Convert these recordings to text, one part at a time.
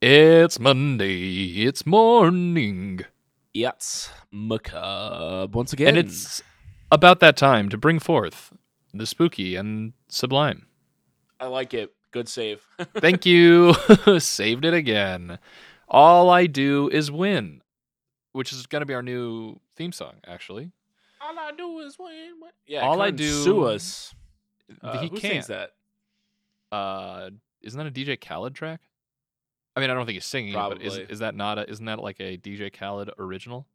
It's Monday. It's morning. Yes, macabre once again. And it's about that time to bring forth the spooky and sublime. I like it. Good save. Thank you. Saved it again. All I do is win, which is going to be our new theme song, actually. All I do is win. win. Yeah, All I Kern, do- sue us. Uh, he who can't. sings that? Uh, isn't that a DJ Khaled track? I mean, I don't think he's singing, it, but is, Probably. is that not a, isn't that like a DJ Khaled original?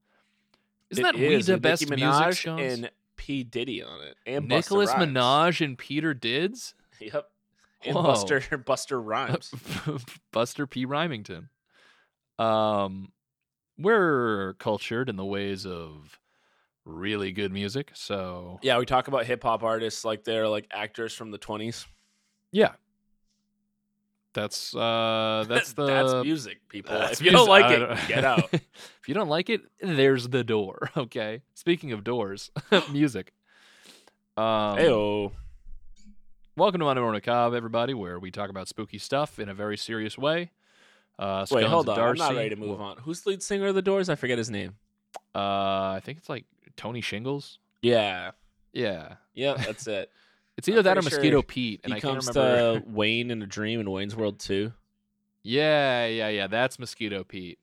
Isn't It that we is the with best Nicki music, Minaj Jones? and P Diddy on it, and Nicholas Busta Rhymes. Minaj and Peter Dids? Yep, and Whoa. Buster Buster Rhymes. Buster P. Rymington. Um, we're cultured in the ways of really good music, so yeah, we talk about hip hop artists like they're like actors from the twenties. yeah. That's uh, that's the that's music, people. that's if you don't music. like I it, don't- get out. if you don't like it, there's the door. Okay. Speaking of doors, music. Um, Heyo. welcome to Monday Cobb, everybody, where we talk about spooky stuff in a very serious way. Uh, Wait, Scones hold on. and I'm not Darcy. ready to move Wha- on. Who's the lead singer of the Doors? I forget his name. Uh, I think it's like Tony Shingles. Yeah. Yeah. Yep, that's it. It's I'm either that or pretty sure Mosquito Pete, and he I can't comes remember. to Wayne in a dream in Wayne's World too. Yeah, yeah, yeah. That's Mosquito Pete.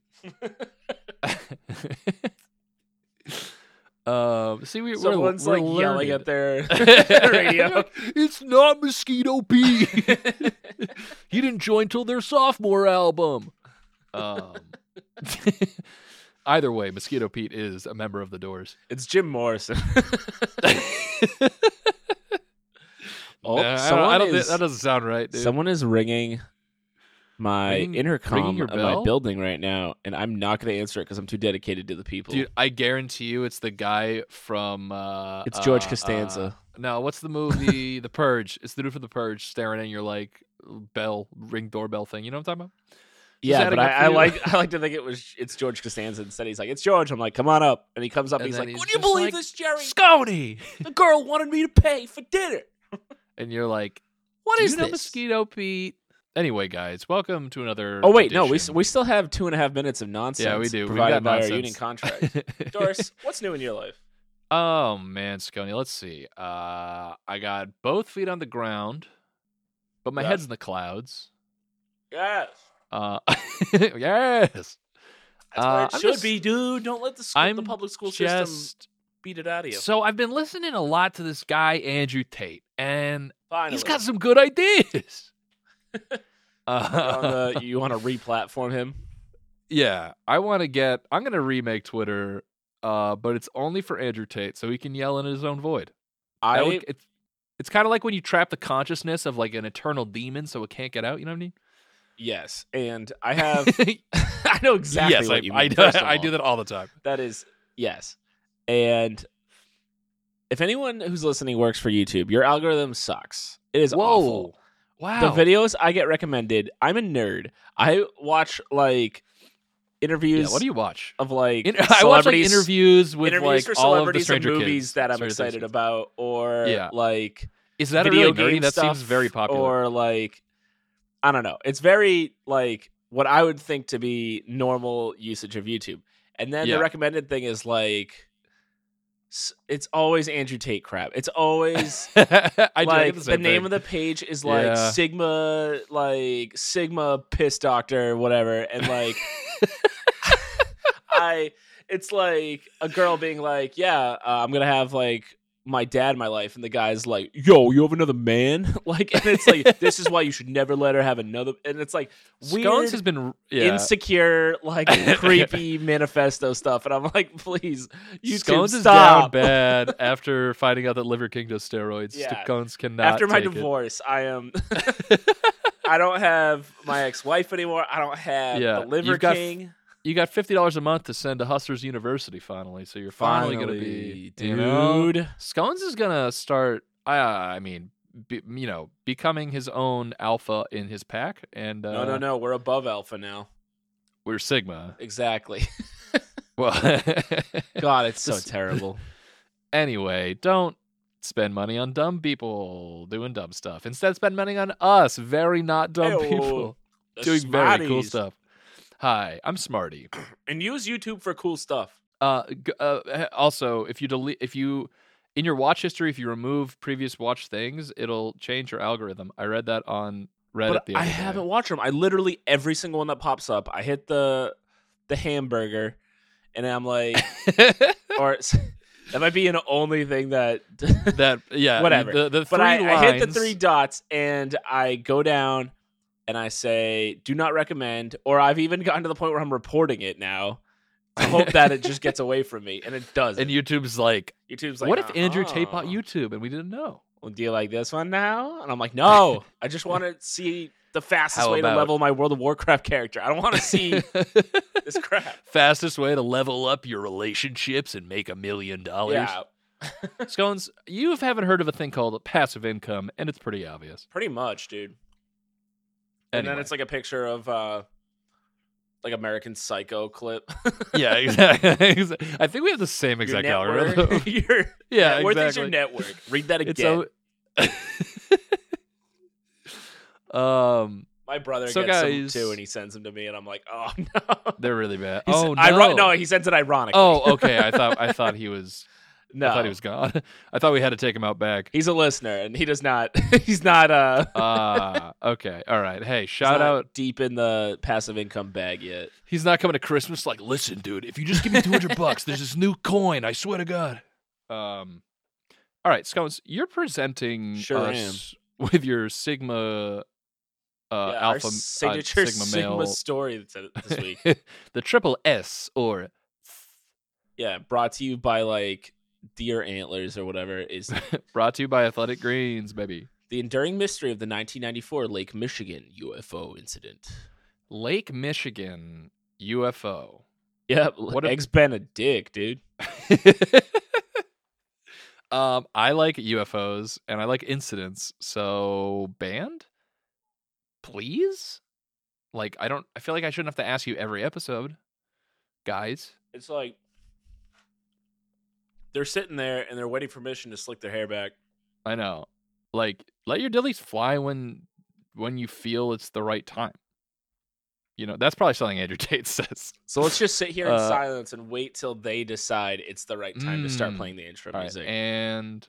um, see, we, Someone's we're, like we're yelling at learned. their radio. it's not Mosquito Pete. he didn't join till their sophomore album. Um, either way, Mosquito Pete is a member of the Doors. it's Jim Morrison. Nah, oh, Uh, I don't- someone, I don't, thi- is, that doesn't sound right, dude. someone is ringing my Ringing- ringing intercom your of my bell? building right now, and I'm not going to answer it because I'm too dedicated to the people. Dude, I guarantee you, it's the guy from. Uh, it's George uh, Costanza. uh, no, what's the movie? the Purge. It's the dude from The Purge staring at your like bell ring doorbell thing. You know what I'm talking about? yeah, adding but up I, for I you? like I like to think it was it's George Costanza. Instead, he's like, "It's George." I'm like, "Come on up," and he comes up. And and he's then like, he's "Would you just believe like, this, Jerry? Scotty. The girl wanted me to pay for dinner. And you're like, What "Do is you know this?" mosquito Pete? Anyway, guys, welcome to another. Oh wait, no, we, s- edition. we still have two and a half minutes of nonsense. yeah we do. We've Provided got by nonsense. our union contract. Doris, what's new in your life? Oh man, Scony, let's see. Uh, I got both feet on the ground, but my Yeah. head's in the clouds. Yes, Uh, yes. that's where Uh, it I'm should just- be, dude. Don't let the school, I'm the public school system Just beat it out of you. so I've been listening a lot to this guy Andrew Tate, and Finally, he's got some good ideas. You're uh, on the- you want to re-platform him? yeah, I want to get. I'm gonna remake Twitter, uh, but it's only for Andrew Tate, so he can yell in his own void. That I would- it's it's kind of like when you trap the consciousness of like an eternal demon, so it can't get out. You know what I mean? yes, and I have. I know exactly yes, what I, you mean. I, do- first of I do all. that all the time. That is yes. And if anyone who's listening works for YouTube, your algorithm sucks. It is awful. Wow. the videos I get recommended. I'm a nerd. I watch like interviews Yeah, what do you watch? of like In- I watch like celebrities- interviews with interviews like for all of the celebrities and Stranger movies Kids, that I'm Stranger Things excited kids. about, or Yeah. like Is that a really video nerdy? game That stuff, seems very popular. or like I don't know. It's very like what I would think to be normal usage of YouTube. And then Yeah. the recommended thing is like s- it's always Andrew Tate crap. It's always I do, I get like the, the, same name thing. of the page is like Yeah. Sigma, like Sigma Piss Doctor, whatever, and like I, it's like a girl being like, yeah, uh, I'm gonna have like my dad in my life, and the guy's like, yo, you have another man, like, and it's like this is why you should never let her have another, and it's like weird. Scones has been yeah. Insecure, like creepy manifesto stuff, and I'm like, please, you Scones is down stop. bad after finding out that Liver King does steroids. Yeah. Scones cannot. after my take it. divorce i am i don't have my ex-wife anymore i don't have Yeah, the liver you've got- king you got fifty dollars a month to send to Hustlers University. Finally, so you're finally, gonna be dude you know? Scones is gonna start. I I mean, be, you know, becoming his own alpha in his pack, and uh, no no no we're above alpha now we're sigma. exactly Well, god it's so This- terrible anyway, don't spend money on dumb people doing dumb stuff. Instead, spend money on us, very not dumb Ayo, people The doing very cool Smarties. stuff. Hi, I'm Smarty. and use YouTube for cool stuff. Uh, g- uh, eh, also, if you delete, if you in your watch history, if you remove previous watch things, it'll change your algorithm. I read that on Reddit. But the I other day. haven't watched them. I literally every single one that pops up, I hit the the hamburger, and I'm like, or it's- that might be an only thing that. that yeah, Whatever. The, the but three I, I hit the lines- three dots, and I go down, and I say, "Do not recommend." Or I've even gotten to the point where I'm reporting it now. I hope that it just gets away from me, and it doesn't. and YouTube's like, YouTube's like, what if Andrew Tate "Uh-huh. bought YouTube and we didn't know? Well, do you like this one now? And I'm like, no, I just want to see the fastest How way to about- level my World of Warcraft character. I don't want to see this crap. Fastest way to level up your relationships and make a million dollars. Yeah, Scones, you haven't heard of a thing called passive income, and it's pretty obvious. pretty much, dude. And then Anyway. it's like a picture of uh like American Psycho clip. yeah, exactly. I think we have the same Your exact network- algorithm. your yeah, network exactly. is your network. Read that It's again. so- um, my brother so gets guys- them too, and he sends them to me, and I'm like, oh no. they're really bad. He's- oh no. iro- no, he sends it ironically. Oh, okay. I thought I thought he was. no, I thought he was gone. I thought we had to take him out back. He's a listener, and he does not. He's not. Uh, Ah, okay. All right. Hey, He's shout not out. deep in the passive income bag yet. He's not coming to Christmas like, listen, dude, if you just give me 200 bucks, there's this new coin. I swear to God. Um, all right, Scones, you're presenting Sure am. us with your Sigma uh, Yeah, our Alpha uh, signature Sigma, Sigma male. story th- this week. the triple S or yeah, brought to you by like Deer Antlers or whatever is brought to you by Athletic Greens, baby. the enduring mystery of the 1994 Lake Michigan UFO incident. Lake Michigan UFO. Yeah, What what a- ex been a dick, dude. um, I like UFOs and I like incidents. So band, please. Like I don't. I feel like I shouldn't have to ask you every episode, guys. It's like they're sitting there and they're waiting for permission to slick their hair back. I know. Like let your dillies fly when when you feel it's the right time. You know that's probably something Andrew Tate says. So let's just sit here in Uh, silence and wait till they decide it's the right time to start Mm. playing the intro All right, music. and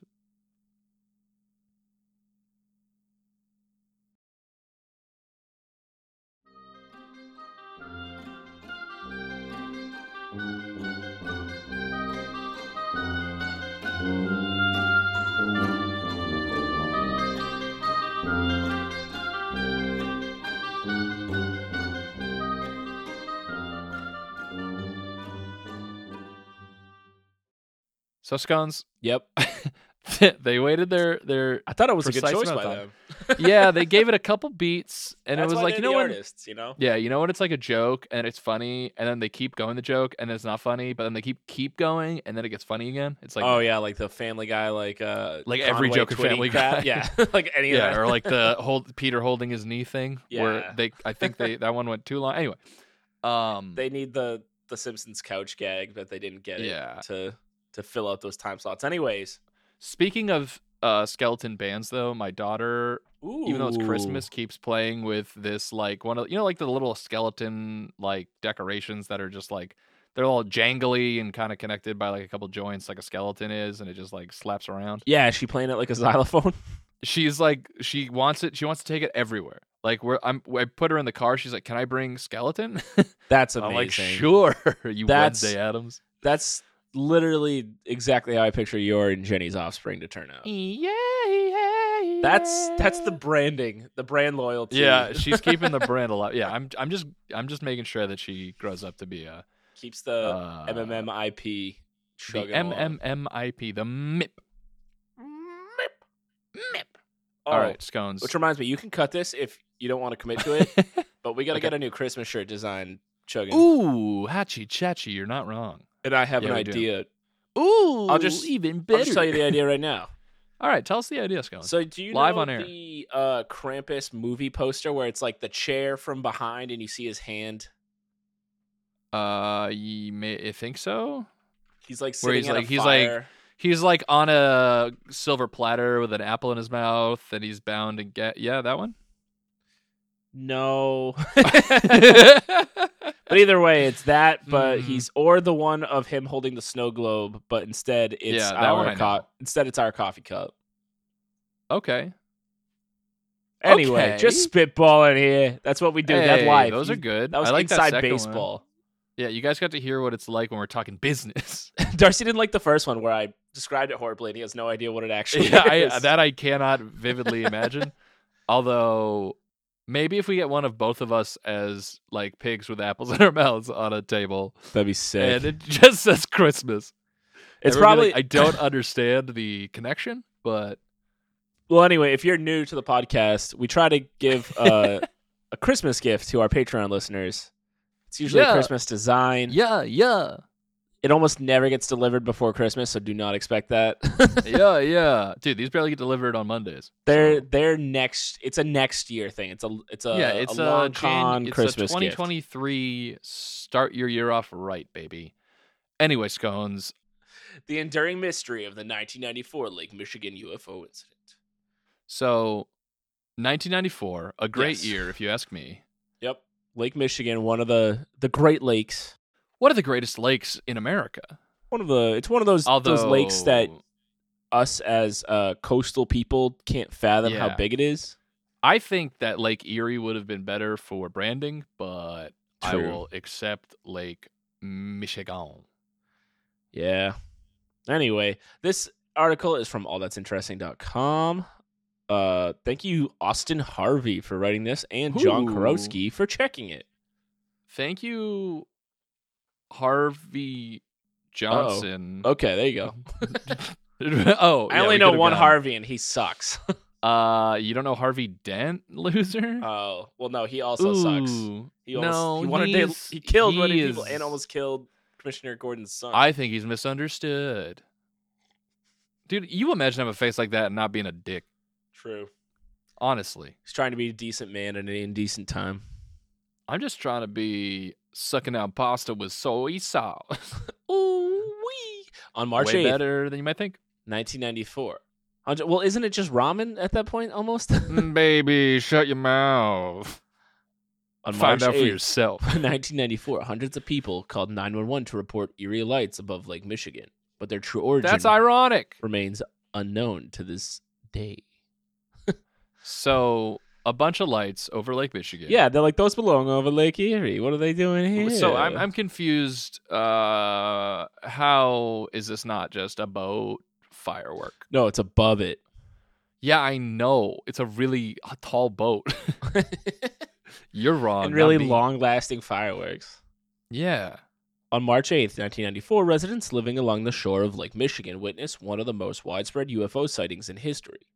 so scones. yep, they waited their their I thought it was a good Precise choice amount by of them. time. yeah, they gave it a couple beats, and That's it was why like, you they're know the what? artists, you know. Yeah, you know when it's like a joke and it's funny, and then they keep going the joke and it's not funny, but then they keep keep going and then it gets funny again. It's like oh yeah, like the Family Guy, like uh, Like every Conway joke in Twitty Family crap. Guy. yeah, like any yeah, of that. or like the hold Peter holding his knee thing Yeah. where they I think they that one went too long. Anyway, um, they need the the Simpsons couch gag, but they didn't get it Yeah. to to fill out those time slots. Anyways, speaking of uh skeleton bands though, my daughter Ooh. even though it's Christmas, keeps playing with this like one of you know like the little skeleton like decorations that are just like they're all jangly and kind of connected by like a couple joints, like a skeleton is, and it just like slaps around. Yeah, is she playing it like a xylophone. She's like she wants it. She wants to take it everywhere. Like where I'm, I put her in the car. She's like, "Can I bring skeleton?" That's amazing. I'm like, "Sure, you That's- Wednesday Adams." That's literally exactly how I picture your and Jenny's offspring to turn out. Yeah, That's that's the branding, the brand loyalty. yeah. She's keeping the brand alive. Yeah, I'm. I'm just. I'm just making sure that she grows up to be a keeps the uh, MMMIP The chugging along. MMMIP, the MIP. MIP. All Oh, right, scones. Which reminds me, you can cut this if you don't want to commit to it. But we got to Okay. get a new Christmas shirt design, Chugging. Ooh, hachi chachi, you're not wrong. And I have Yeah, an we do. idea. Ooh, just- even better. I'll just tell you the idea right now. All right, tell us the idea, scones. So, do you Live know on air. the uh, Krampus movie poster where it's like the chair from behind and you see his hand? uh, you may I think so. He's like sitting Where he's at like- a he's like- fire. He's like on a silver platter with an apple in his mouth, and he's bound and get yeah that one. No. but either way, it's that. But Mm. he's or the one of him holding the snow globe, but instead it's Yeah, that one I our co- instead it's our coffee cup. okay. Anyway, just spitballing here. That's what we do. That's Hey, live. Those You- are good. That was I like that inside second one. baseball. Yeah, you guys got to hear what it's like when we're talking business. Darcy didn't like the first one where I described it horribly, and he has no idea what it actually yeah, I, is. that I cannot vividly imagine. Although, maybe if we get one of both of us as like pigs with apples in our mouths on a table, That'd be and it just says Christmas. And it's we're gonna probably be like, I don't understand the connection, but well. Anyway, if you're new to the podcast, we try to give uh, a Christmas gift to our Patreon listeners. It's usually a Yeah. Christmas design. yeah, yeah, It almost never gets delivered before Christmas, so do not expect that. yeah, yeah, dude, these barely get delivered on Mondays. they're so- they're next. It's a next year thing. It's a it's a yeah, it's a uh, a, Jan- long con it's a Christmas gift. 2023 start your year off right, baby. Anyway, scones. The enduring mystery of the 1994 Lake Michigan UFO incident. So, 1994, a great Yes. year if you ask me. Yep, Lake Michigan, one of the the Great Lakes. One of the greatest lakes in America. One of the it's one of those Although those lakes that us as uh, coastal people can't fathom Yeah. how big it is. I think that Lake Erie would have been better for branding, but I True. will accept Lake Michigan. Yeah. Anyway, this article is from allthat'sinteresting.com. Uh, thank you, Austin Harvey, for writing this, and John Ooh. Korowski for checking it. Thank you, Oh. Harvey Johnson. Okay, there you go. oh, I yeah, only we know could've one gone- Harvey, and he sucks. Uh, you don't know Harvey Dent, loser? oh, well, no, he also sucks. Ooh. He almost, No, he wanted to, he's- he killed one of he the people is- and almost killed Commissioner Gordon's son. I think he's misunderstood. Dude, you imagine having a face like that and not being a dick, True. honestly. He's trying to be a decent man at an indecent time. I'm just trying to be sucking out pasta with soy sauce. Ooh, wee. On March Way 8th, better than you might think. 1994. Andre- Well, isn't it just ramen at that point almost? Mm, Baby, shut your mouth. On Find March out for 8th, yourself. 1994, hundreds of people called 911 to report eerie lights above Lake Michigan, but their true origin That's ironic. remains unknown to this day. So, a bunch of lights over Lake Michigan. Yeah, they're like, those belong over Lake Erie. What are they doing here? So I'm I'm confused. Uh, how is this not just a boat firework? No, it's above it. Yeah, I know it's a really h- tall boat. You're wrong. and not really me. long lasting fireworks. Yeah. On March 8th, 1994, residents living along the shore of Lake Michigan witnessed one of the most widespread UFO sightings in history.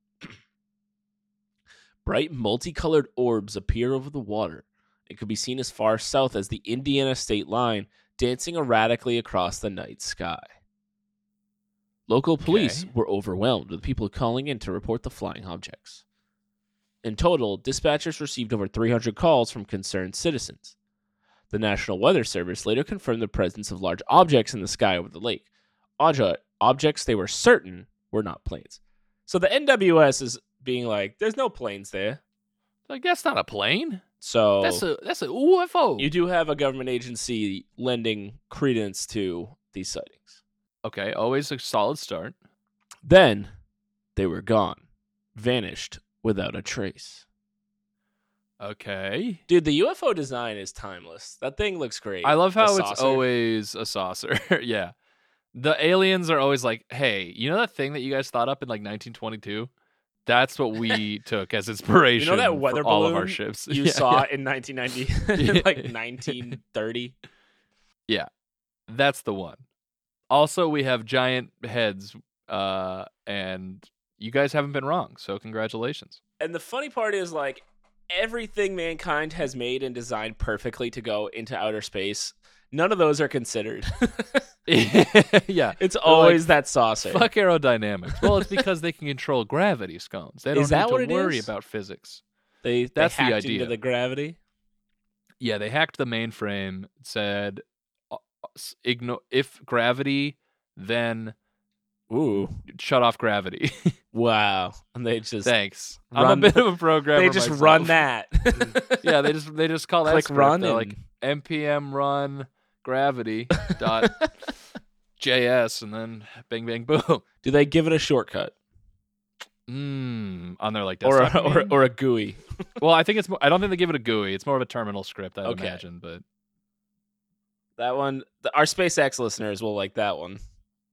Bright, multicolored orbs appear over the water and could be seen as far south as the Indiana state line, dancing erratically across the night sky. Local police Okay. were overwhelmed with people calling in to report the flying objects. In total, dispatchers received over 300 calls from concerned citizens. The National Weather Service later confirmed the presence of large objects in the sky over the lake. Obje- objects they were certain were not planes. So the NWS is being like, there's no planes there. Like that's not a plane. So That's a that's a UFO. Oh. you do have a government agency lending credence to these sightings. okay, always a solid start. Then they were gone, vanished without a trace. Okay. Dude, the UFO design is timeless. That thing looks great. I love The how it's saucer. always a saucer. yeah. The aliens are always like, "Hey, you know that thing that you guys thought up in like 1922? That's what we took as inspiration for weather all of our balloon ships." you Yeah, saw yeah. in 1990, like 1930. That's the one. Also, we have giant heads uh and you guys haven't been wrong, so congratulations. And the funny part is like everything mankind has made and designed perfectly to go into outer space. None of those are considered. yeah. it's always that saucer. Fuck aerodynamics. Well, it's because they can control gravity scones. They don't Is that need what to it worry is? about physics. They they that's the hacked idea. into the gravity. yeah, they hacked the mainframe. Said, uh, s- igno- if gravity, then Ooh, Shut off gravity. wow! And they just Thanks. I'm Run- a bit of a programmer. they just myself. run that. Yeah, they just they just call that Click script. run They're and- like npm run gravity dot js and then bang bang boom. Do they give it a shortcut Mm, on their like or desktop. a, you or mean? or a GUI? well, I think it's. More, I don't think they give it a GUI. It's more of a terminal script, I would Okay. imagine. But That one, the, our SpaceX listeners will like that one.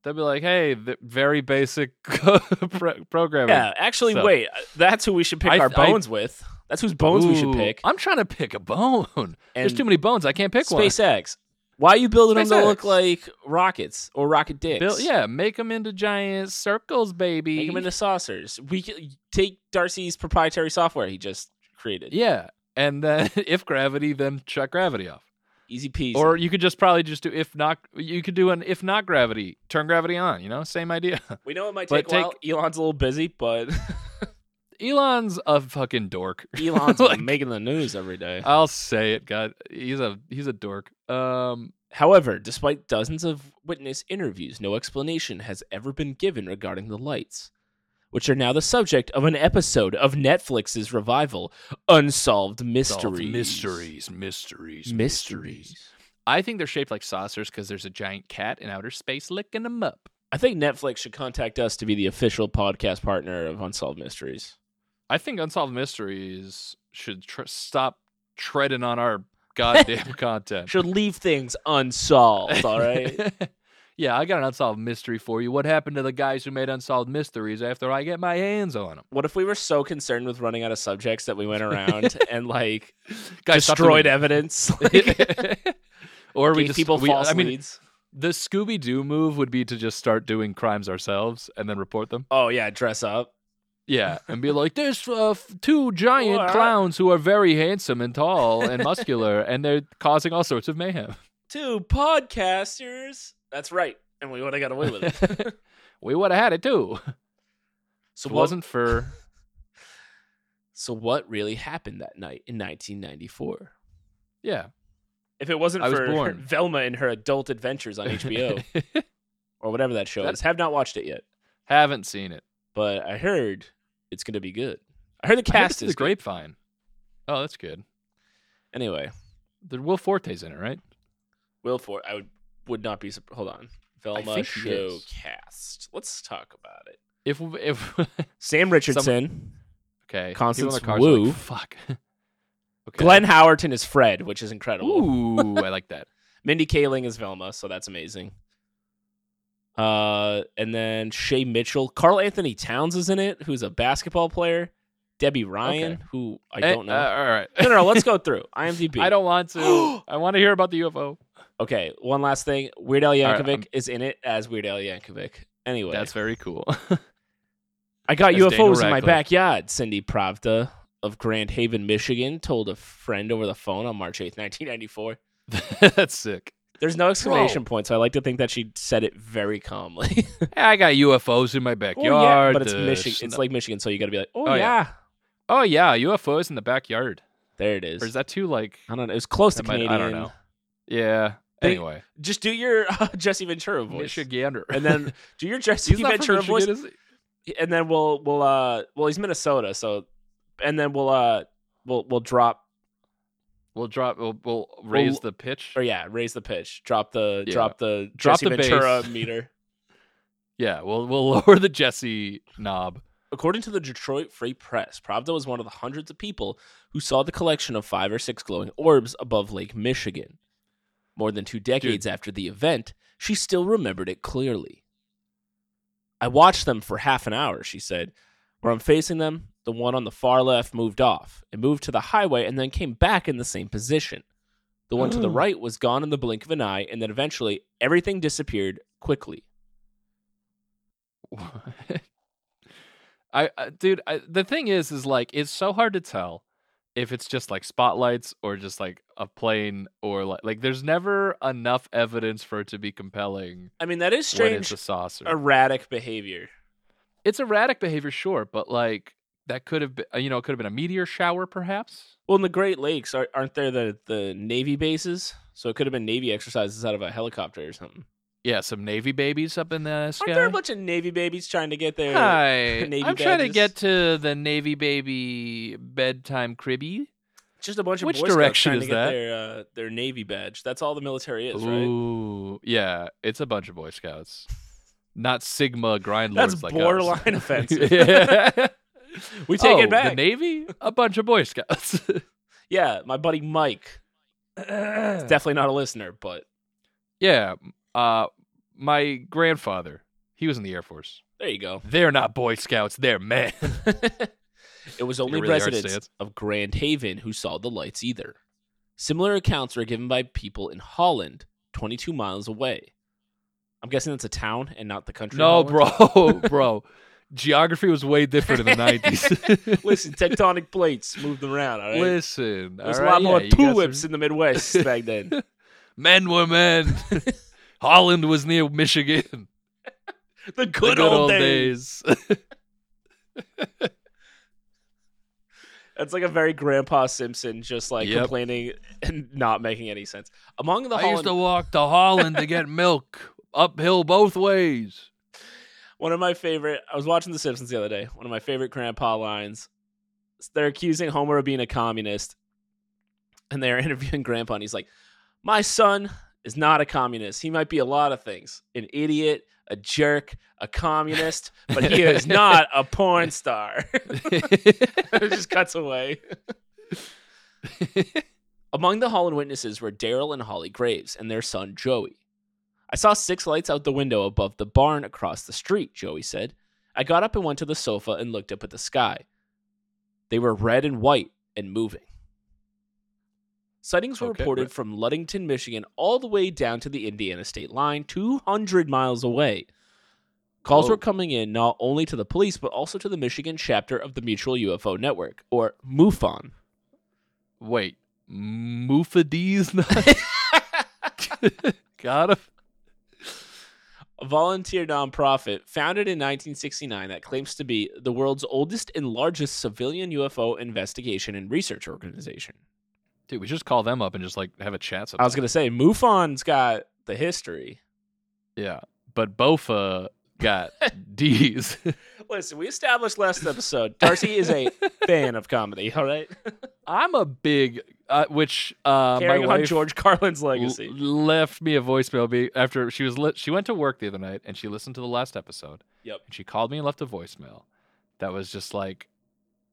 they'll be like, hey, the very basic pro- programming. Yeah, actually, so- wait. That's who we should pick I- our I- bones with. That's whose bones we should Ooh, pick. I'm trying to pick a bone. There's And too many bones. I can't pick one. SpaceX. Why are you building them to look SpaceX. like rockets or rocket dicks? Bill, yeah, make them into giant circles, baby. Make them into saucers. We c- take Darcy's proprietary software he just created. yeah, and then if gravity, then shut gravity off. Easy peasy. Or you could just probably just do if not. You could do an if not gravity, turn gravity on. You know, same idea. we know it might take but a while. Elon's a little busy, but Elon's a fucking dork. Elon's Like- making the news every day. I'll say it. God, he's a he's a dork. Um, However, despite dozens of witness interviews, no explanation has ever been given regarding the lights, which are now the subject of an episode of Netflix's revival, Unsolved solve Mysteries. mysteries, mysteries, Mysteries. I think they're shaped like saucers because there's a giant cat in outer space licking them up. I think Netflix should contact us to be the official podcast partner of Unsolved Mysteries. I think Unsolved Mysteries should tr- stop treading on our goddamn content. Should leave things unsolved, all right? yeah, I got an unsolved mystery for you. What happened to the guys who made unsolved mysteries after I get my hands on them? what if we were so concerned with running out of subjects that we went around and like Guys, stop destroyed doing evidence? Like, that. or we gave just people we- false I mean, leads. the Scooby Doo move would be to just start doing crimes ourselves and then report them. Oh yeah, dress up. Yeah, and be like, there's uh, f- two giant What? clowns who are very handsome and tall and muscular, and they're causing all sorts of mayhem. two podcasters. That's right. And we would have got away with it. we would have had it too. So It what, wasn't for so what really happened that night in 1994? yeah. If it wasn't I was for born. Velma and her adult adventures on HBO or whatever that show That- is, have not watched it yet, Haven't seen it. but I heard it's going to be good. I I heard the heard it's cast through is the great. grapevine. Oh, that's good. Anyway, The Will Forte's in it, right? Will Ford, I would would not be. sup- Hold on, Velma think he show is. cast. Let's talk about it. If if Sam Richardson, okay, Constance people in the cars are like, Wu. fuck. okay. Glenn Howerton is Fred, which is incredible. Ooh, I like that. Mindy Kaling is Velma, so that's amazing. Uh, and then Shay Mitchell, Carl Anthony Towns is in it, who's a basketball player. Debbie Ryan, Okay. who I Eh, don't know. uh, all right. no, no, no, let's go through IMDb. I don't want to. I want to hear about the UFO. Okay, one last thing. Weird Al right, Yankovic I'm- is in it as Weird Al Yankovic. Anyway, That's very cool. I got that's UFOs Daniel in my Radcliffe. backyard. Cindy Pravda of Grand Haven, Michigan, told a friend over the phone on March eighth, nineteen ninety four. That's sick. There's no exclamation point, so I like to think that she said it very calmly. I got UFOs in my Well, backyard. yeah, but it's the Michigan. sn- It's like Michigan, so you got to be like, oh, Oh, yeah. yeah. oh yeah, UFOs in the backyard. there it is. Or is that too like? I don't know. It was close to that might- Canadian. I don't know. Yeah. They- Anyway, Just do your uh, Jesse Ventura voice, Michigander. and then do your Jesse he's not Ventura from Michigan, voice, is he? and then we'll we'll uh well he's Minnesota, so and then we'll uh we'll we'll drop We'll drop. We'll, we'll raise Well, the pitch. or yeah raise the pitch, drop the Yeah. drop the Drop Jesse the Ventura bass. meter. Yeah, we'll we'll lower the Jesse knob. According to the Detroit Free Press, Pravda was one of the hundreds of people who saw the collection of five or six glowing orbs above Lake Michigan. More than two decades after the event, she still remembered it clearly. I watched them for half an hour, she said. Where I'm facing them, the one on the far left moved off. It moved to the highway and then came back in the same position. The one to the Oh. right was gone in the blink of an eye, and then eventually everything disappeared quickly. I, I dude, I, the thing is, is like it's so hard to tell if it's just like spotlights or just like a plane or like like there's never enough evidence for it to be compelling I mean, that is when it's strange, a saucer. erratic behavior. it's erratic behavior, sure, but like that could have been you know it could have been a meteor shower perhaps. Well, in the Great Lakes, ar- aren't there the, the Navy bases? So it could have been Navy exercises out of a helicopter or something. Yeah, some Navy babies up in the Aren't sky. there a bunch of Navy babies trying to get their? Hi, Navy I'm trying to badges? get to the Navy baby bedtime cribby. Just a bunch of Which Boy Scouts direction trying is to get that? Their, uh, their Navy badge. That's all the military is, right? Ooh, yeah, it's a bunch of Boy Scouts, not Sigma grind That's lords like us. borderline offensive. Yeah. We take Oh, it back. The Navy, a bunch of Boy Scouts. yeah, my buddy Mike. Definitely not a listener, but yeah, uh, my grandfather, he was in the Air Force. there you go. They're not Boy Scouts. They're men. It was only really are residents stance. of Grand Haven who saw the lights either. Similar accounts were given by people in Holland, 22 miles away. I'm guessing that's a town and not the country. no, Holland. bro, bro. Geography was way different in the '90s. Listen, tectonic plates moved around, all right? Listen, There's all a lot right, more yeah, you got tulips some- in the Midwest back then. Men were men. Holland was near Michigan. the good, The good old, days. That's like a very Grandpa Simpson just like Yep. complaining and not making any sense. Among the I Holland, used to walk to Holland to get milk uphill both ways. one of my favorite, I was watching The Simpsons the other day. One of my favorite Grandpa lines. They're accusing Homer of being a communist and they're interviewing Grandpa and he's like, My son is not a communist. He might be a lot of things an idiot, a jerk, a communist, but he is not a porn star. it just cuts away. Among the Holland witnesses were Daryl and Holly Graves and their son Joey. I saw six lights out the window above the barn across the street, Joey said. I got up and went to the sofa and looked up at the sky. They were red and white and moving. Sightings were Okay, reported right. from Ludington, Michigan, all the way down to the Indiana state line, 200 miles away. Calls were Whoa. coming in not only to the police, but also to the Michigan chapter of the Mutual UFO Network, or MUFON. Wait, Mufadi's not. Got him. a volunteer nonprofit founded in 1969 that claims to be the world's oldest and largest civilian UFO investigation and research organization. Dude, we should just call them up and just like have a chat. Sometime. I was going to say, MUFON's got the history. Yeah, but Bofa got D's. Listen, we established last episode Darcy is a fan of comedy, all right? I'm a big, uh, which uh, my Carrying on wife George Carlin's l- legacy. left me a voicemail be- after she was li- she went to work the other night and she listened to the last episode. Yep. And she called me and left a voicemail that was just like,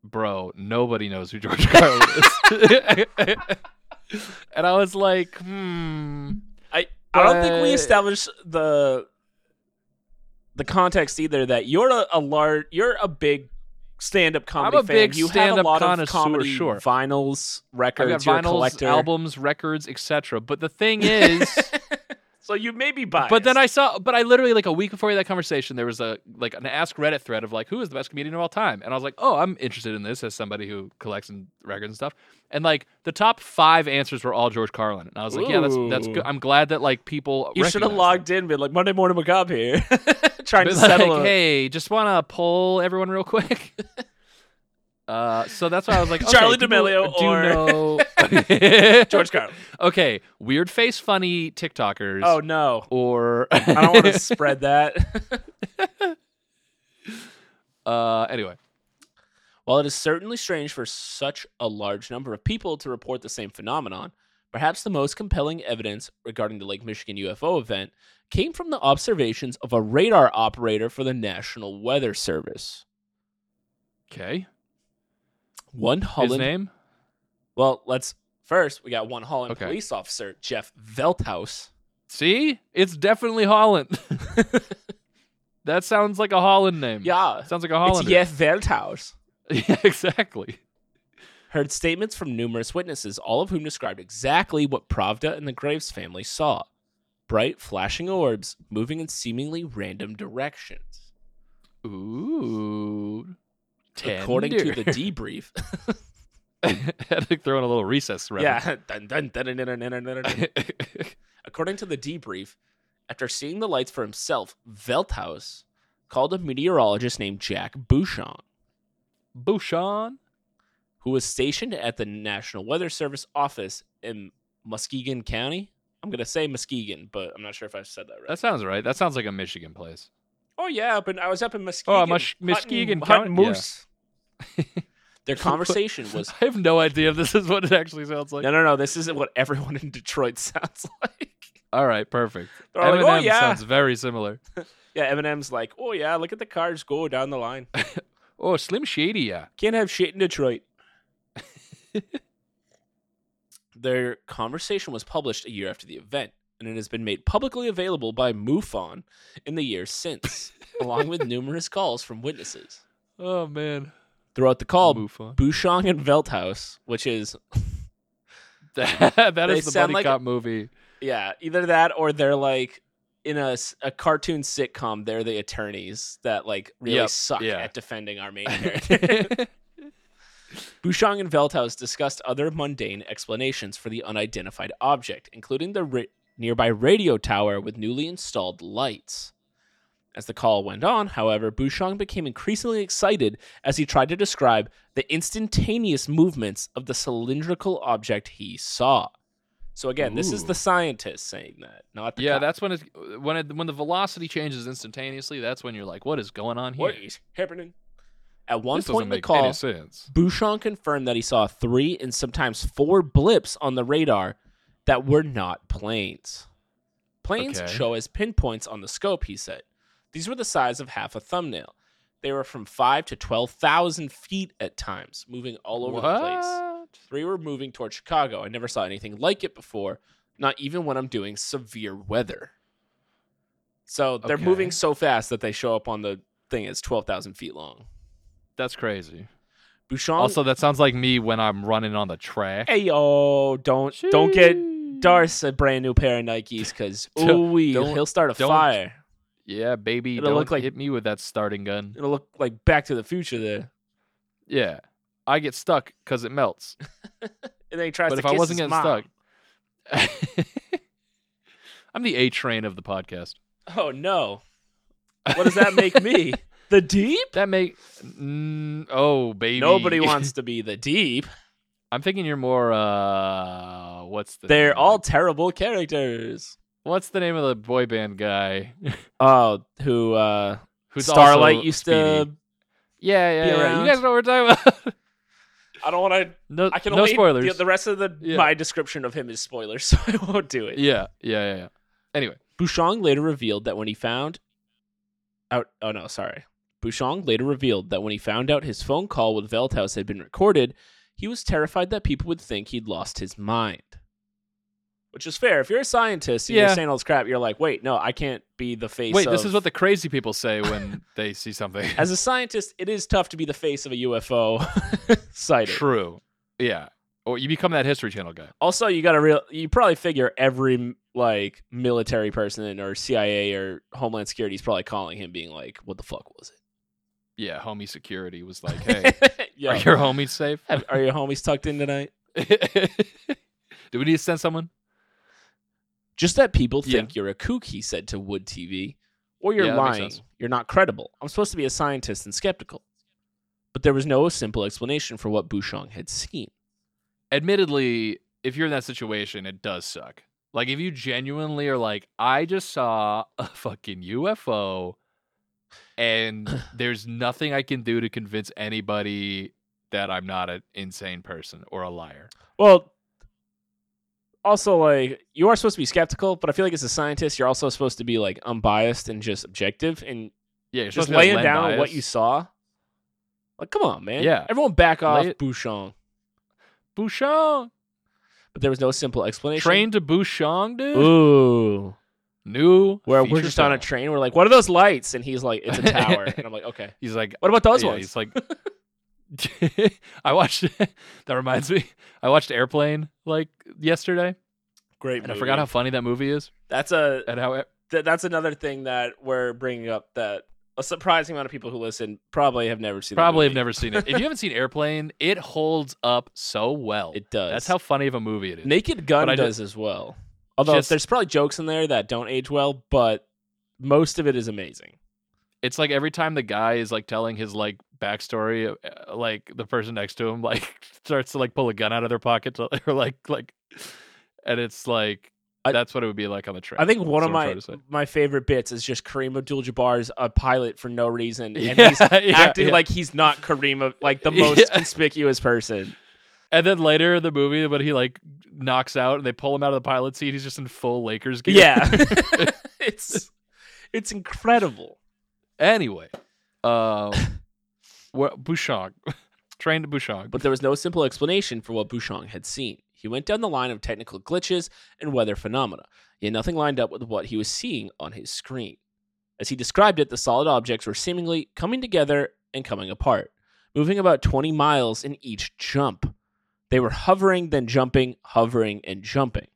"Bro, nobody knows who George Carlin is." and I was like, "Hmm." I don't think we but- established the the context either that you're a, a large you're a big stand-up comedy a fan. big you have a stand-up lot of connoisseur, comedy sure. vinyls, I've got records, you're a vinyls, collector. albums, records, etc. But the thing is, so you may be biased. but then I saw, but I literally like a week before that conversation, there was a like an Ask Reddit thread of like, who is the best comedian of all time? And I was like, oh, I'm interested in this as somebody who collects and records and stuff. And like the top five answers were all George Carlin, and I was like, yeah, that's that's Ooh. good. I'm glad that like people you should have recognize logged in, been like Monday morning macabre here, trying that. But, like, to settle. a- hey, just want to poll everyone real quick. uh, so that's why I was like, okay, Charlie people D'Amelio do or- know... George Carlin. Okay, weird face, funny TikTokers. Oh no, or I don't want to spread that. uh, anyway. While it is certainly strange for such a large number of people to report the same phenomenon, perhaps the most compelling evidence regarding the Lake Michigan UFO event came from the observations of a radar operator for the National Weather Service. Okay. One His Holland. name? Well, let's first we got one Holland Okay. police officer Jeff Velthouse. See? It's definitely Holland. that sounds like a Holland name. Yeah, Sounds like a it's Holland. Jeff Velthouse. yeah, exactly. heard statements from numerous witnesses, all of whom described exactly what Pravda and the Graves family saw bright, flashing orbs moving in seemingly random directions. Ooh. Tender. According to the debrief. had to throw in a little recess reference. yeah. Dun, dun, dun, dun, dun, dun, dun, dun, dun. Yeah. According to the debrief, after seeing the lights for himself, Velthaus called a meteorologist named Jack Bouchon. Bouchon. who was stationed at the National Weather Service office in Muskegon County, I'm gonna say Muskegon, but I'm not sure if I said that right. That sounds right. That sounds like a Michigan place. oh yeah, up in, I was up in Muskegon. Mush- hunting- Muskegon hunting County, yeah. moose. Their conversation was I have no idea if this is what it actually sounds like. no, no, no. This isn't what everyone in Detroit sounds like. All right, perfect. They're all like, Eminem oh yeah, sounds very similar. yeah. Eminem's like, oh yeah, look at the cars go down the line. Oh, Slim Shady, yeah. Can't have shit in Detroit. Their conversation was published a year after the event, and it has been made publicly available by MUFON in the years since, along with numerous calls from witnesses. Oh man, Throughout the call, Mufon. Bouchong and Velthaus, which is That, that They is the buddy sound like- cop movie. yeah, either that or they're like in a, s- a cartoon sitcom. They're the attorneys that like really Yep, suck yeah. at defending our main character. Bouchong and Velthaus discussed other mundane explanations for the unidentified object, including the ra- nearby radio tower with newly installed lights. As the call went on, however, Bouchong became increasingly excited as he tried to describe the instantaneous movements of the cylindrical object he saw. So again, this is Ooh. the scientist saying that, not the yeah, cop. that's when it when it, when the velocity changes instantaneously. That's when you're like, what is going on here? what is happening. At one this point doesn't in the make call, any sense. Bouchon confirmed that he saw three and sometimes four blips on the radar that were not planes. Planes Okay. show as pinpoints on the scope, he said. These were the size of half a thumbnail. They were from five to twelve thousand feet at times, moving all over the place. What? Three were moving toward Chicago. I never saw anything like it before, not even when I'm doing severe weather. So they're Okay. moving so fast that they show up on the thing as twelve thousand feet long. That's crazy. Bouchon Also, that sounds like me when I'm running on the track. Um, Hey yo, don't don't get Darce a brand new pair of Nikes because Don't- ooh don't- he'll start a don't- fire. Yeah, baby, It'll don't look like- hit me with that starting gun. It'll look like Back to the Future there. Yeah, I get stuck because it melts. And then he tries but to if I kiss wasn't his getting stuck, I'm the A train of the podcast. stuck. Oh no. What does that make me? the deep? That make mm, oh baby. Nobody wants to be the deep. I'm thinking you're more. uh What's the? name They're of all the- terrible characters. what's the name of the boy band guy? Oh, who uh Who's Starlight also used speedy? to Yeah, yeah, be yeah. around? You guys know what we're talking about. I don't wanna no, I can no only spoilers. The, the rest of the Yeah. my description of him is spoilers, so I won't do it. Yeah, yeah, yeah, yeah. Anyway, Bouchong later revealed that when he found out oh no, sorry. Bouchong later revealed that when he found out his phone call with Velthaus had been recorded, he was terrified that people would think he'd lost his mind. Which is fair. If you're a scientist and Yeah. you're saying all this crap, you're like, wait, no, I can't be the face wait. This of- is what the crazy people say when they see something. As a scientist, it is tough to be the face of a UFO sighting. True. Yeah. Or you become that History Channel guy. Also, you got to real. You probably figure every like military person or CIA or Homeland Security is probably calling him, being like, "What the fuck was Yeah, homie security was like, it?" "Hey, Yo, are your homies safe? have- are your homies tucked in tonight? Do we need to send someone?" Just that people Yeah. think you're a kook, he said to Wood TV, or you're Yeah, that makes lying. sense. You're not credible. I'm supposed to be a scientist and skeptical. But there was no simple explanation for what Bouchong had seen. Admittedly, if you're in that situation, it does suck. Like if you genuinely are like, "I just saw a fucking UFO and there's nothing I can do to convince anybody that I'm not an insane person or a liar." Well, also like you are supposed to be skeptical, but I feel like as a scientist, you're also supposed to be like unbiased and just objective and Yeah, you're supposed just to be, like, laying lend down bias. what you saw. Like, come on, man. Yeah. Everyone back off Lay it- Bouchon. Bouchon. But there was no simple explanation. Train to Bouchon, dude. Ooh. New Where we're feature just on a film. train. We're like, what are those lights? And he's like, it's a tower. and I'm like, okay. He's like, What about those yeah, ones? He's like, I watched. that reminds me, I watched Airplane like yesterday, Great. and I forgot how funny that movie is, that's a and how eh, th- that's another thing that we're bringing up that a surprising amount of people who listen probably have never seen. the probably have movie. never seen it. If you haven't seen Airplane, it holds up so well. It does. That's how funny of a movie it is. Naked Gun But I ju- does as well. Although Just- there's probably jokes in there that don't age well, but most of it is amazing. It's like every time the guy is like telling his like backstory, uh, like the person next to him like starts to like pull a gun out of their pocket to, or like like, and it's like I- That's what it would be like on the train. I think one That's what of I'm my trying to say. my favorite bits is just Kareem Abdul-Jabbar's a pilot for no reason, and Yeah, he's yeah, acting yeah. like he's not Kareem, Ab- like the Yeah. most conspicuous person. And then later in the movie, when he like knocks out and they pull him out of the pilot seat, he's just in full Lakers gear. Yeah, it's it's incredible. anyway, um, wha- Bouchon, train to Bouchon. But there was no simple explanation for what Bouchon had seen. He went down the line of technical glitches and weather phenomena, yet nothing lined up with what he was seeing on his screen. As he described it, the solid objects were seemingly coming together and coming apart, moving about 20 miles in each jump. They were hovering, then jumping, hovering, and jumping.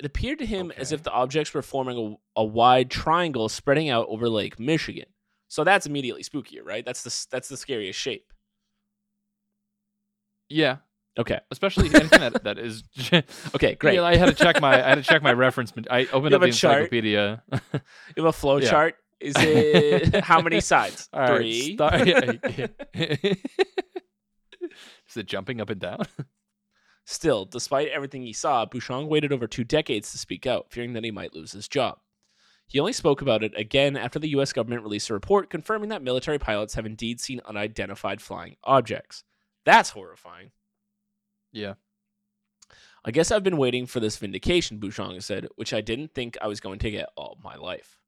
It appeared to him as Okay. if the objects were forming a, a wide triangle spreading out over Lake Michigan. So that's immediately spookier, right? That's the that's the scariest shape. yeah, Okay. especially anything that, that is. Okay, great. Yeah, I had to check my I had to check my reference. ma- I opened You up the have a chart? encyclopedia. You have a flow Yeah. chart. Is it how many sides? All right, Three. star- yeah, yeah. is it jumping up and down? Still, despite everything he saw, Bouchon waited over two decades to speak out, fearing that he might lose his job. He only spoke about it again after the U.S. government released a report confirming that military pilots have indeed seen unidentified flying objects. That's horrifying. Yeah. I guess I've been waiting for this vindication, Bouchon said, which I didn't think I was going to get all my life.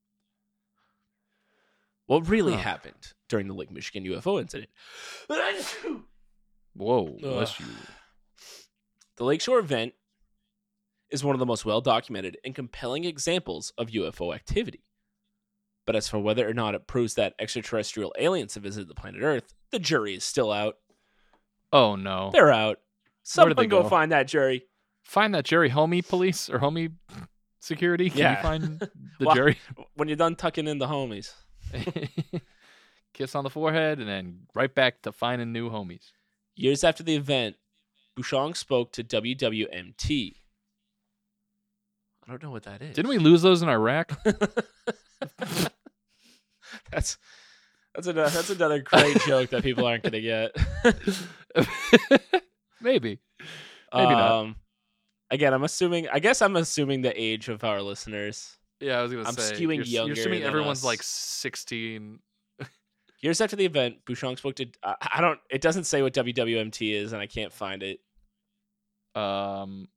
What really Huh. happened during the Lake Michigan UFO incident? Whoa, bless you. The Lakeshore event is one of the most well documented and compelling examples of UFO activity. But as for whether or not it proves that extraterrestrial aliens have visited the planet Earth, the jury is still out. Oh no! They're out. Where did Someone they go go? find that jury. Find that Jerry Homie police or Homie security. Can Yeah. you find the Wow. Jerry? When you're done tucking in the homies. Kiss on the forehead and then right back to finding new homies. Years after the event, Bouchon spoke to WWMT. I don't know what that is. Didn't we lose those in Iraq? that's that's another that's another great joke that people aren't gonna get. Maybe. Maybe not. Um, Again, I'm assuming. I guess I'm assuming the age of our listeners. Yeah, I was gonna I'm say. skewing you're, s- younger You're assuming than everyone's us. like 16. Years after the event, Bouchon spoke to. I, I don't. It doesn't say what WWMT is, and I can't find it. Um,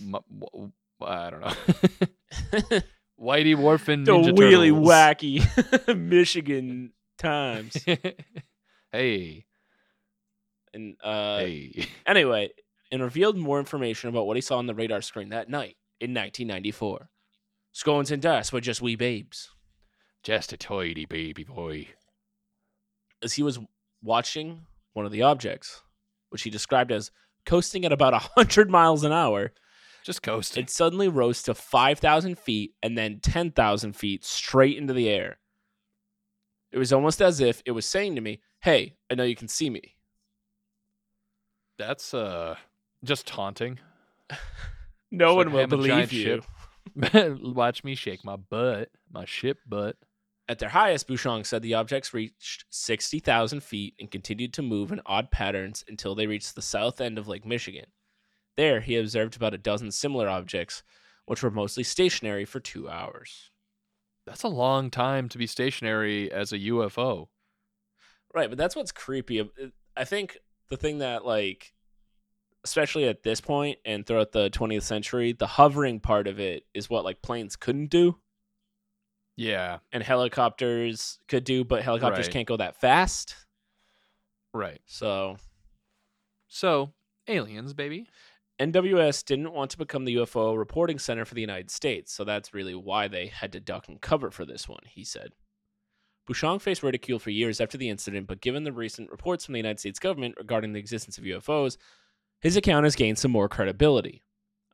mu- w- w- I don't know. the Whitey Warfin. Ninja really Turtles. wacky Michigan Times. hey, And uh, hey. anyway, and revealed more information about what he saw on the radar screen that night in 1994. Scones and dust were just wee babes. Just a toity baby boy. as he was watching one of the objects, which he described as coasting at about 100 miles an hour, Just coasting. it suddenly rose to 5,000 feet and then 10,000 feet straight into the air. It was almost as if it was saying to me, Hey, I know you can see me. That's uh, just taunting. No It's one like, will "I'm a believe giant you. ship." Watch me shake my butt, my ship butt. At their highest, Bouchon said the objects reached 60,000 feet and continued to move in odd patterns until they reached the south end of Lake Michigan. There, he observed about a dozen similar objects, which were mostly stationary for two hours. That's a long time to be stationary as a UFO. Right, but that's what's creepy. uh, I think the thing that, like, especially at this point and throughout the 20th century, the hovering part of it is what, like, planes couldn't do Yeah, and helicopters could do, but helicopters Right. can't go that fast. right. So, So, aliens, baby. NWS didn't want to become the UFO reporting center for the United States, so that's really why they had to duck and cover for this one, he said. Bouchon faced ridicule for years after the incident, but given the recent reports from the United States government regarding the existence of UFOs, his account has gained some more credibility.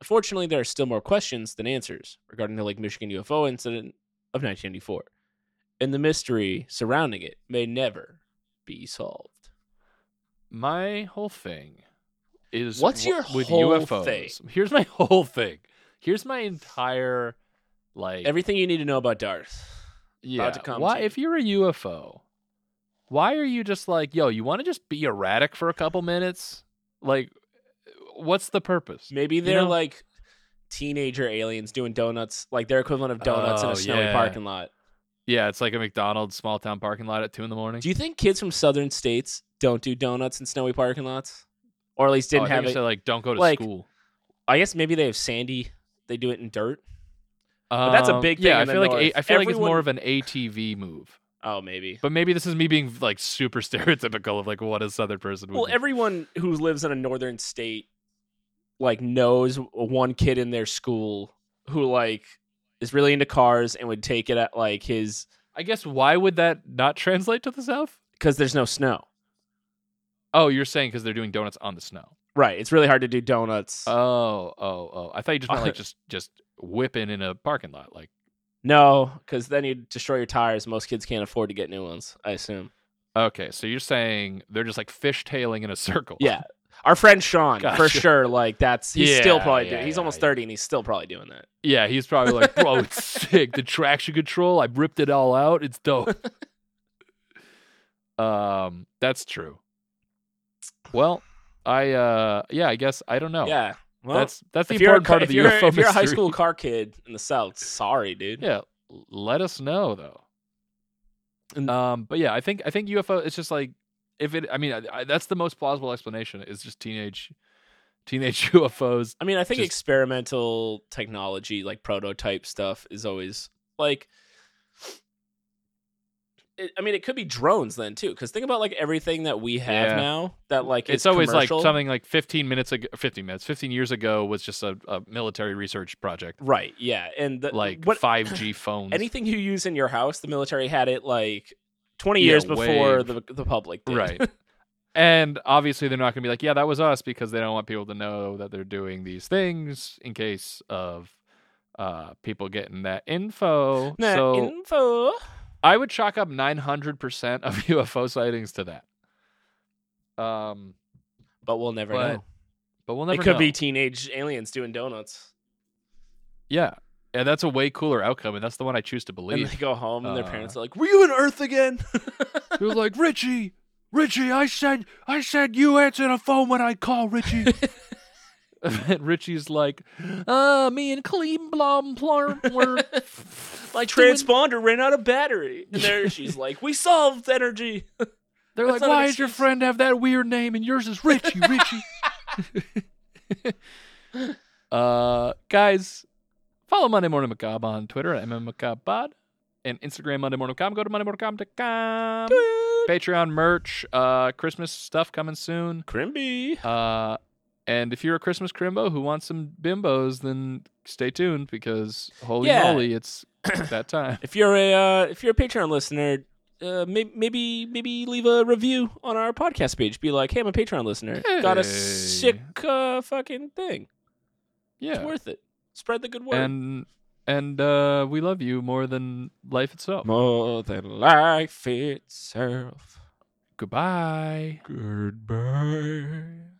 Unfortunately, there are still more questions than answers regarding the Lake Michigan UFO incident of 1994, and the mystery surrounding it may never be solved. My whole thing is What's w- your with whole UFOs. thing? Here's my whole thing. Here's my entire like Everything you need to know about Darth. yeah. to come why to you. if you're a UFO, why are you just like, yo, you want to just be erratic for a couple minutes? Like what's the purpose? Maybe they're know- like teenager aliens doing donuts, like their equivalent of donuts in Oh, a snowy yeah. parking lot. Yeah, it's like a McDonald's small town parking lot at two in the morning. Do you think kids from southern states don't do donuts in snowy parking lots, or at least Oh, didn't I have think it? you said, like don't go to like, school. I guess maybe they have sandy. They do it in dirt. that's a Um, big Yeah, thing I in the feel like North. I feel like it's Everyone- more of an ATV move. Oh, maybe. But maybe this is me being like super stereotypical of like what a southern person would. Well, do. everyone who lives in a northern state like knows one kid in their school who like is really into cars and would take it at like his I guess why would that not translate to the south? because there's no snow. Oh, you're saying because they're doing donuts on the snow. Right. It's really hard to do donuts. Oh, oh, oh! I thought you just meant like just just whipping in a parking lot. Like, no, because then you'd destroy your tires. Most kids can't afford to get new ones, I assume. okay, so you're saying they're just like fishtailing in a circle. Yeah. Our friend Sean, for Gotcha. sure, like that's he's still Yeah, probably yeah, doing he's yeah, almost yeah. 30 and he's still probably doing that. yeah. He's probably like, bro, it's sick. The traction control, I ripped it all out. It's dope. um, that's true. Well, I uh, yeah, I guess I don't know. Yeah. Well, that's Oh, that's the if you're a important car- part of if the you're, UFO if you're a high mystery. school car kid in the South, sorry, dude. Yeah, l- let us know though. And- um, but yeah, I think I think UFO. It's just like if it. I mean, I, I, that's the most plausible explanation. Is just teenage teenage UFOs. I mean, I think Just- experimental technology, like prototype stuff, is always like. It, I mean, it could be drones then too, because think about like everything that we have Yeah. now. That like It's is always commercial. like something like 15 minutes ago, 15 minutes, 15 years ago was just a, a military research project, right? Yeah, and the, like what 5G phones. anything you use in your house, the military had it like twenty Yeah, years before way- the the public, did. Right. and obviously, they're not going to be like, yeah, that was us because they don't want people to know that they're doing these things in case of uh, people getting that info. Nah, so info. I would chalk up 900% of UFO sightings to that. Um, But we'll never But know. but we'll never it could know. be teenage aliens doing donuts, yeah. And that's a way cooler outcome, and that's the one I choose to and believe. they go home and their Uh, parents are like, "Were you on Earth again?" They're like, Richie, Richie, I said, I said you answer the phone when I call Richie. and Richie's like, uh, me and Clean Blom Plum were My doing- transponder ran out of battery. And there she's like, We solved energy. They're like, That's not an why does your excuse. friend have that weird name and yours is Richie, Richie? uh, guys, follow Monday Morning Macabre on Twitter at MMMacabrePod and Instagram Monday Morning Macabre. Go to MondayMorningMacabre.com. Patreon merch, uh, Christmas stuff coming soon. Crimby. Uh, and if you're a Christmas crimbo who wants some bimbos, then stay tuned because holy Yeah. moly, it's that time. If you're a uh, if you're a Patreon listener, uh, maybe, maybe maybe leave a review on our podcast page. Be like, hey, I'm a Patreon listener. Got a sick uh, fucking thing. It's Yeah. worth it. Spread the good word. And and uh, we love you more than life itself. More than life itself. Goodbye. Goodbye.